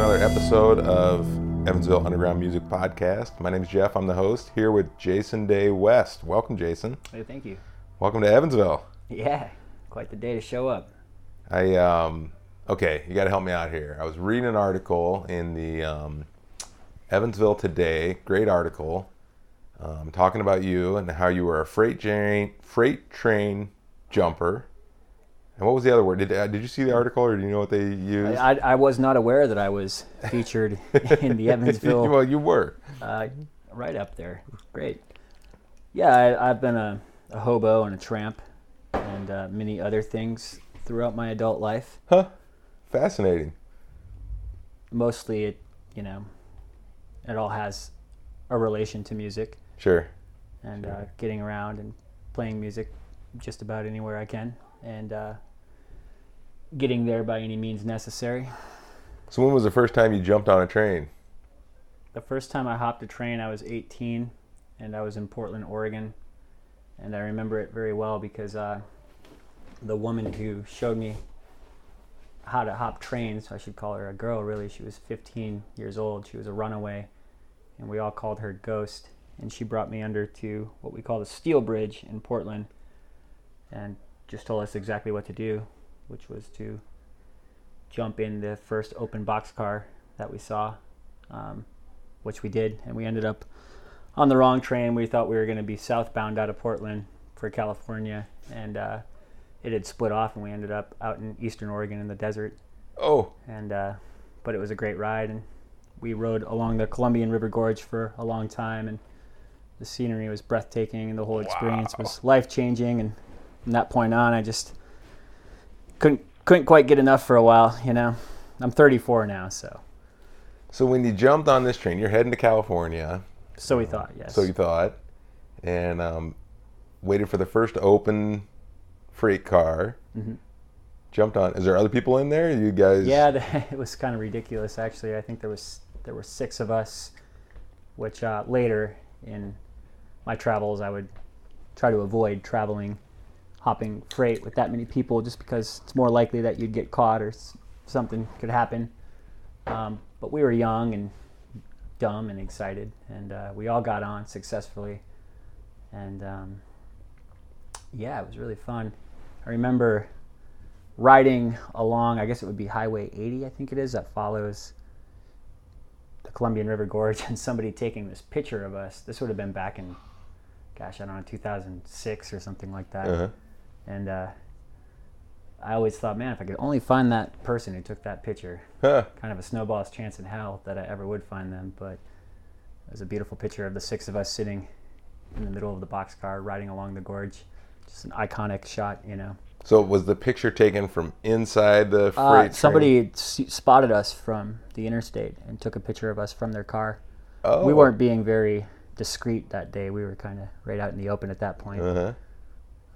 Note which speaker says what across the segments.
Speaker 1: episode of Evansville Underground Music Podcast. My name is Jeff. I'm the host here with Jason Day West. Welcome, Jason.
Speaker 2: Hey, thank you.
Speaker 1: Welcome to Evansville.
Speaker 2: Yeah, quite the day to show up.
Speaker 1: I um okay, you got to help me out here. I was reading an article in the um, Evansville Today, great article, um, talking about you and how you were a freight train freight train jumper. And what was the other word? Did uh, did you see the article or do you know what they used?
Speaker 2: I, I was not aware that I was featured in the Evansville
Speaker 1: well, you were.
Speaker 2: uh, right up there. Great. Yeah, I, I've been a, a hobo and a tramp and uh, many other things throughout my adult life.
Speaker 1: Huh? Fascinating.
Speaker 2: Mostly, it you know, it all has a relation to music
Speaker 1: Sure.
Speaker 2: and uh, getting around and playing music just about anywhere I can and uh, getting there by any means necessary.
Speaker 1: So when was the first time you jumped on a train?
Speaker 2: the first time I hopped a train, I was 18, and I was in Portland, Oregon, and I remember it very well because uh, the woman who showed me how to hop trains, I should call her a girl really, she was 15 years old. She was a runaway, and we all called her Ghost. And she brought me under to what we call the Steel Bridge in Portland, and just told us exactly what to do, which was to jump in the first open boxcar that we saw. Um, which we did, and we ended up on the wrong train. We thought we were going to be southbound out of Portland for California, and uh, it had split off, and we ended up out in eastern Oregon in the desert.
Speaker 1: Oh,
Speaker 2: And uh, but it was a great ride, and we rode along the Columbian River Gorge for a long time, and the scenery was breathtaking, and the whole experience was life changing. And from that point on, I just couldn't couldn't quite get enough for a while. You know, I'm 34 now, so
Speaker 1: so when you jumped on this train, you're heading to California.
Speaker 2: so we thought, yes.
Speaker 1: So you thought, and um, waited for the first open freight car. Jumped on. Is there other people in there? You guys?
Speaker 2: Mm-hmm. Yeah, the, it was kind of ridiculous actually. I think there was there were six of us, which uh, later in my travels I would try to avoid traveling, hopping freight with that many people, just because it's more likely that you'd get caught or s- something could happen. Um, but we were young and dumb and excited, and uh, we all got on successfully, and um, yeah, it was really fun. I remember riding along, I guess it would be Highway 80, I think it is, that follows the Columbian River Gorge, and somebody taking this picture of us. This would have been back in, gosh, I don't know, 2006 or something like that.
Speaker 1: Uh-huh.
Speaker 2: And uh, I always thought, man, if I could only find that person who took that picture,
Speaker 1: Huh.
Speaker 2: kind of a snowball's chance in hell that I ever would find them. But it was a beautiful picture of the six of us sitting in the middle of the boxcar riding along the gorge. Just an iconic shot, you know.
Speaker 1: So was the picture taken from inside the freight?
Speaker 2: Uh,
Speaker 1: train?
Speaker 2: somebody had s- spotted us from the interstate and took a picture of us from their car.
Speaker 1: Oh.
Speaker 2: We weren't being very discreet that day. We were kind of right out in the open at that point,
Speaker 1: Uh-huh.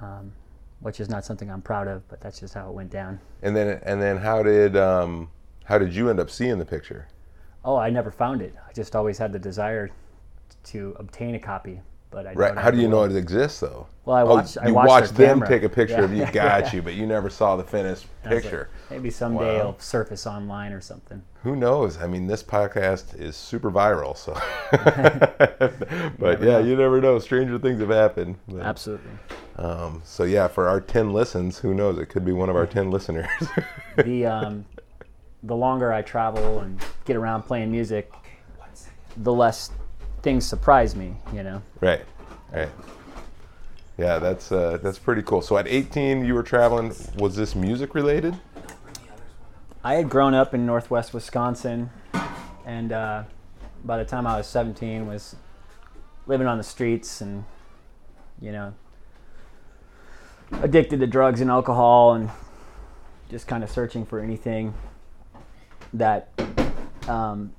Speaker 2: um, which is not something I'm proud of, but that's just how it went down.
Speaker 1: And then and then how did um how did you end up seeing the picture?
Speaker 2: Oh, I never found it. I just always had the desire to obtain a copy, but I
Speaker 1: Right.
Speaker 2: don't
Speaker 1: How do
Speaker 2: ever
Speaker 1: you know
Speaker 2: will.
Speaker 1: it exists though?
Speaker 2: Well, I
Speaker 1: Oh,
Speaker 2: watched. I
Speaker 1: you
Speaker 2: watched,
Speaker 1: watched
Speaker 2: their
Speaker 1: them
Speaker 2: camera.
Speaker 1: take a picture of you.
Speaker 2: Yeah.
Speaker 1: Got you, but you never saw the finished
Speaker 2: I was like,
Speaker 1: picture.
Speaker 2: Maybe someday
Speaker 1: Wow.
Speaker 2: it'll surface online or something.
Speaker 1: Who knows? I mean, this podcast is super viral, so. but yeah, you never know. Stranger things have happened. But,
Speaker 2: Absolutely.
Speaker 1: um, so yeah, for our ten listens, who knows? It could be one of our ten listeners.
Speaker 2: the um, the longer I travel and get around playing music, the less things surprise me. You know,
Speaker 1: right. Right. Yeah, that's uh, that's pretty cool. So at 18, you were traveling. Was this music related?
Speaker 2: I had grown up in Northwest Wisconsin, and uh, by the time I was 17, was living on the streets and you know addicted to drugs and alcohol and just kind of searching for anything that um,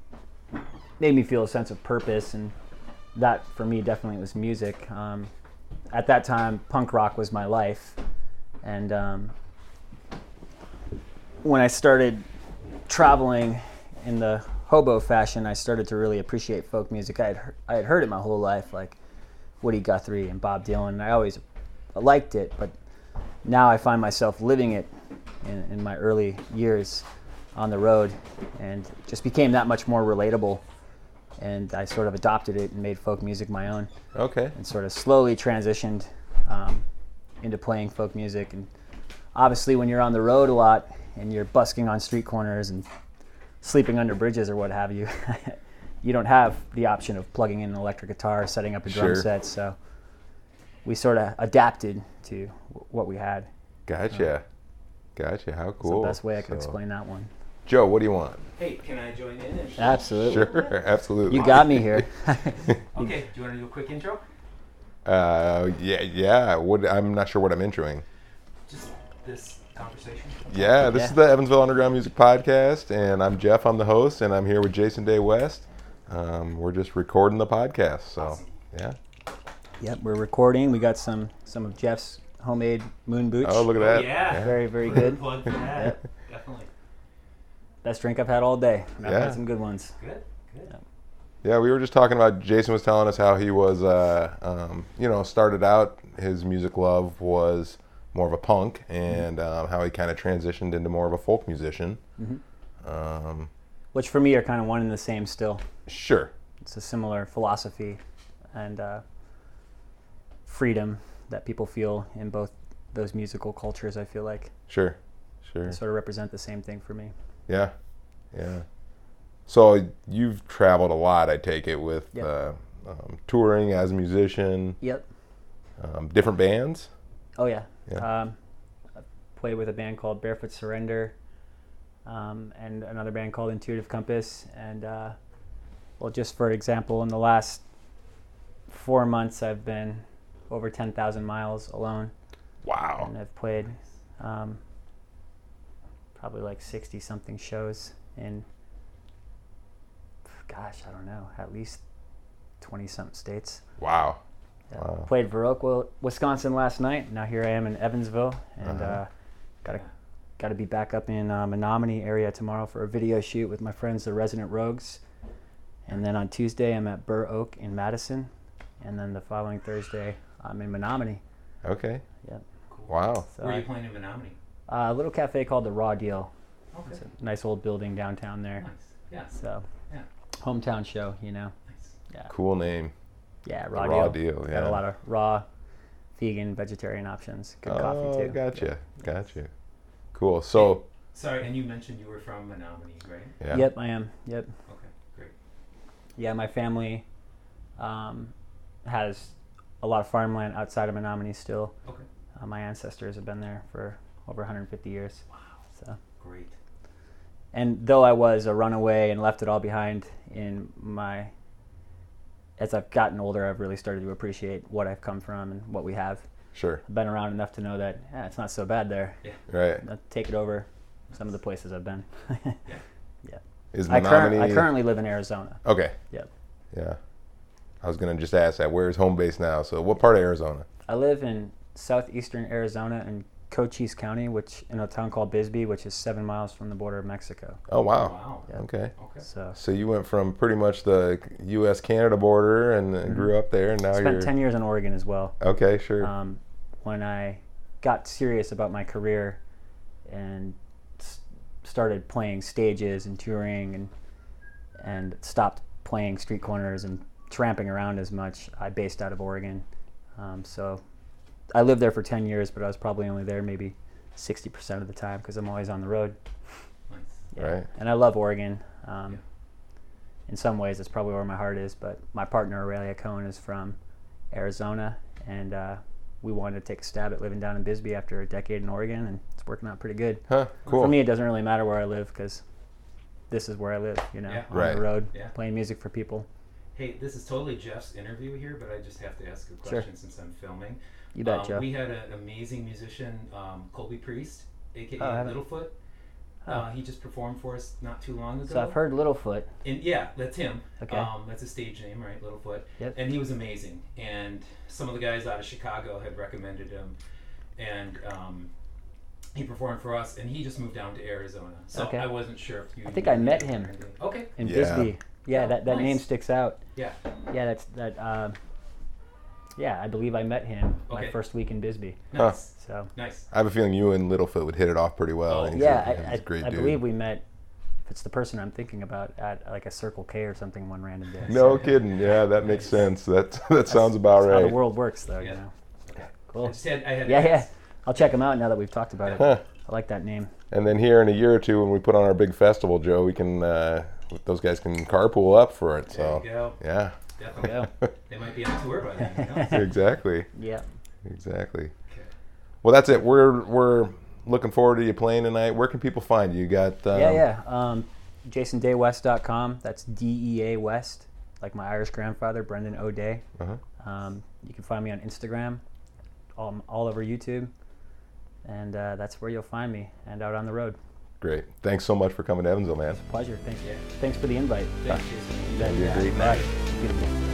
Speaker 2: made me feel a sense of purpose and that for me definitely was music um, at that time punk rock was my life and um, when i started traveling in the hobo fashion i started to really appreciate folk music i had, hear- I had heard it my whole life like woody guthrie and bob dylan and i always liked it but now i find myself living it in, in my early years on the road and it just became that much more relatable. And I sort of adopted it and made folk music my own
Speaker 1: Okay.
Speaker 2: and sort of slowly transitioned um, into playing folk music. And obviously, when you're on the road a lot and you're busking on street corners and sleeping under bridges or what have you, you don't have the option of plugging in an electric guitar, setting up a drum
Speaker 1: Sure.
Speaker 2: set. So we sort of adapted to w- what we had.
Speaker 1: Gotcha. Gotcha. How
Speaker 2: uh, It's
Speaker 1: cool.
Speaker 2: the best way I can
Speaker 1: So-
Speaker 2: explain that one.
Speaker 1: Joe, what do you want?
Speaker 3: Hey, can I join in? And
Speaker 2: Absolutely.
Speaker 1: Sure. Absolutely.
Speaker 2: You got me here.
Speaker 3: Okay, do you want to do a quick intro?
Speaker 1: Uh, yeah, yeah. What I'm not sure what I'm introing.
Speaker 3: Just this conversation.
Speaker 1: Yeah, this is
Speaker 2: Yeah.
Speaker 1: the Evansville Underground Music Podcast, and I'm Jeff. I'm the host, and I'm here with Jason Day West. Um, we're just recording the podcast, so yeah.
Speaker 2: yep, we're recording. We got some some of Jeff's homemade moon boots.
Speaker 1: Oh, look at that.
Speaker 3: yeah.
Speaker 2: Very, very good.
Speaker 3: Plug for that. Definitely.
Speaker 2: Best drink I've had all day. And I've
Speaker 1: Yeah.
Speaker 2: had some good ones.
Speaker 3: Good. Good.
Speaker 1: Yeah, we were just talking about. Jason was telling us how he was, uh, um, you know, started out his music love was more of a punk, and um, how he kind of transitioned into more of a folk musician. Um,
Speaker 2: Which for me are kind of one and the same still.
Speaker 1: sure.
Speaker 2: It's a similar philosophy and uh, freedom that people feel in both those musical cultures, I feel like.
Speaker 1: Sure. Sure.
Speaker 2: They sort of represent the same thing for me.
Speaker 1: Yeah. Yeah. So you've traveled a lot, I take it, with
Speaker 2: Yeah.
Speaker 1: uh, um, touring as a musician,
Speaker 2: Yep.
Speaker 1: um, different bands.
Speaker 2: Oh yeah.
Speaker 1: Yeah.
Speaker 2: Um, I played with a band called Barefoot Surrender, um, and another band called Intuitive Compass. And uh, well, just for example, in the last four months, I've been over ten thousand miles alone,
Speaker 1: Wow.
Speaker 2: and I've played um, probably like sixty something shows in. Gosh, I don't know. At least twenty something states.
Speaker 1: Wow.
Speaker 2: Yeah.
Speaker 1: Wow.
Speaker 2: Played Viroqua, Wisconsin last night. Now here I am in Evansville, and uh
Speaker 1: Uh-huh.
Speaker 2: gotta gotta be back up in uh, Menominee area tomorrow for a video shoot with my friends, the Resident Rogues. And then on Tuesday, I'm at Burr Oak in Madison, and then the following Thursday, I'm in Menominee.
Speaker 1: Okay.
Speaker 2: Yep.
Speaker 3: Cool.
Speaker 1: Wow.
Speaker 2: So
Speaker 3: Where are
Speaker 2: I-
Speaker 3: you playing in Menominee?
Speaker 2: uh, a little cafe called the Raw Deal.
Speaker 3: Okay.
Speaker 2: It's a nice old building downtown
Speaker 3: Nice.
Speaker 2: there.
Speaker 3: Yeah.
Speaker 2: So
Speaker 3: Yeah.
Speaker 2: hometown show, you know.
Speaker 3: Nice.
Speaker 1: Cool name.
Speaker 2: Yeah,
Speaker 1: The
Speaker 2: Raw,
Speaker 1: raw
Speaker 2: Deal.
Speaker 1: deal. Yeah.
Speaker 2: Got a lot of raw, vegan, vegetarian options. Good
Speaker 1: oh,
Speaker 2: coffee too.
Speaker 1: gotcha. Gotcha. Cool. So
Speaker 3: Sorry, and you mentioned you were from Menominee, right?
Speaker 1: yeah.
Speaker 2: Yep, I am. Yep.
Speaker 3: Okay. Great.
Speaker 2: Yeah, my family um, has a lot of farmland outside of Menominee still.
Speaker 3: Okay.
Speaker 2: Uh, my ancestors have been there for over 150 years.
Speaker 3: Wow.
Speaker 2: So,
Speaker 3: Great.
Speaker 2: and though I was a runaway and left it all behind in my as I've gotten older, I've really started to appreciate what I've come from and what we have.
Speaker 1: Sure.
Speaker 2: I've been around enough to know that yeah, it's not so bad there.
Speaker 1: Right.
Speaker 2: I'll take it over some of the places I've been.
Speaker 1: Is
Speaker 2: I,
Speaker 1: Menominee?
Speaker 2: cur- I currently live in Arizona.
Speaker 1: okay.
Speaker 2: Yep.
Speaker 1: Yeah. I was gonna just ask that. Where's home base now? So what part of Arizona?
Speaker 2: I live in southeastern Arizona in Cochise County, which in a town called Bisbee, which is seven miles from the border of Mexico.
Speaker 1: Oh wow.
Speaker 3: Wow.
Speaker 2: Yeah.
Speaker 1: Okay.
Speaker 3: Okay.
Speaker 2: So
Speaker 1: So you went from pretty much the U.S. Canada border and uh grew up there, and now
Speaker 2: Mm-hmm. spent
Speaker 1: you're
Speaker 2: ten years in Oregon as well.
Speaker 1: okay, sure,
Speaker 2: Um, when I got serious about my career and s- started playing stages and touring and and stopped playing street corners and tramping around as much, I based out of Oregon. Um, so I lived there for ten years, but I was probably only there maybe sixty percent of the time because I'm always on the road.
Speaker 3: Nice.
Speaker 2: yeah.
Speaker 1: right?
Speaker 2: and I love Oregon. Um,
Speaker 3: Yeah.
Speaker 2: In some ways, it's probably where my heart is. But my partner Aurelia Cohen is from Arizona, and uh, we wanted to take a stab at living down in Bisbee after a decade in Oregon, and it's working out pretty good.
Speaker 1: Huh? Cool.
Speaker 2: For me, it doesn't really matter where I live because this is where I live. You know,
Speaker 3: Yeah.
Speaker 2: on
Speaker 1: Right.
Speaker 2: the road,
Speaker 3: Yeah.
Speaker 2: playing music for people.
Speaker 3: Hey, this is totally Jeff's interview here, but I just have to ask a
Speaker 2: Sure.
Speaker 3: question since I'm filming.
Speaker 2: You bet,
Speaker 3: Um,
Speaker 2: Joe.
Speaker 3: We had an amazing musician, um, Colby Priest, aka
Speaker 2: Oh, I haven't- Oh.
Speaker 3: Littlefoot. Uh, he just performed for us not too long ago.
Speaker 2: so I've heard Littlefoot.
Speaker 3: And yeah, that's him.
Speaker 2: Okay.
Speaker 3: Um, that's his stage name, right? Littlefoot.
Speaker 2: Yep.
Speaker 3: And he was amazing. And some of the guys out of Chicago had recommended him, and um, he performed for us. And he just moved down to Arizona, so
Speaker 2: Okay.
Speaker 3: I wasn't sure if you.
Speaker 2: I think
Speaker 3: knew
Speaker 2: I met
Speaker 3: or
Speaker 2: him.
Speaker 3: anything. Okay.
Speaker 2: in
Speaker 1: Yeah.
Speaker 2: Bisbee. Yeah,
Speaker 3: Oh,
Speaker 2: that, that name
Speaker 3: nice.
Speaker 2: sticks out.
Speaker 3: Yeah.
Speaker 2: Yeah, that's that. Uh, yeah, I believe I met him my
Speaker 3: Okay.
Speaker 2: first week in Bisbee.
Speaker 1: Huh.
Speaker 3: Nice.
Speaker 2: So
Speaker 3: Nice.
Speaker 1: I have a feeling you and Littlefoot would hit it off pretty well.
Speaker 3: Oh,
Speaker 1: He's a-
Speaker 2: yeah,
Speaker 1: he's
Speaker 2: I, I,
Speaker 1: a great
Speaker 2: I
Speaker 1: dude.
Speaker 2: believe we met if it's the person I'm thinking about at like a Circle K or something one random day.
Speaker 1: No
Speaker 2: So
Speaker 1: kidding. Yeah, that makes sense. That that sounds about
Speaker 2: that's how
Speaker 1: right.
Speaker 2: the world works, though.
Speaker 3: Yeah.
Speaker 2: You know.
Speaker 3: I
Speaker 2: Cool.
Speaker 3: just had, I had
Speaker 2: Yeah, yeah. I'll check them out now that we've talked about it.
Speaker 1: Huh.
Speaker 2: I like that name.
Speaker 1: And then here in a year or two, when we put on our big festival, Joe, we can uh, those guys can carpool up for it.
Speaker 3: There
Speaker 1: So
Speaker 3: you go.
Speaker 1: yeah,
Speaker 3: Definitely.
Speaker 2: Yeah.
Speaker 3: They might be on tour by then. you know?
Speaker 1: exactly,
Speaker 2: yeah.
Speaker 1: exactly.
Speaker 3: Okay.
Speaker 1: Well, that's it. We're we're looking forward to you playing tonight. Where can people find you? You got um,
Speaker 2: Yeah, yeah. Um, JasonDayWest.com. That's D E A West, like my Irish grandfather, Brendan O'Day.
Speaker 1: Uh-huh.
Speaker 2: Um, you can find me on Instagram, all, all over YouTube, and uh, that's where you'll find me and out on the road.
Speaker 1: Great. Thanks so much for coming to Evansville, man.
Speaker 2: Pleasure. Thanks.
Speaker 3: Yeah.
Speaker 2: Thanks for the invite.
Speaker 3: Thanks, Jason.
Speaker 1: Have a great night.
Speaker 2: Beautiful.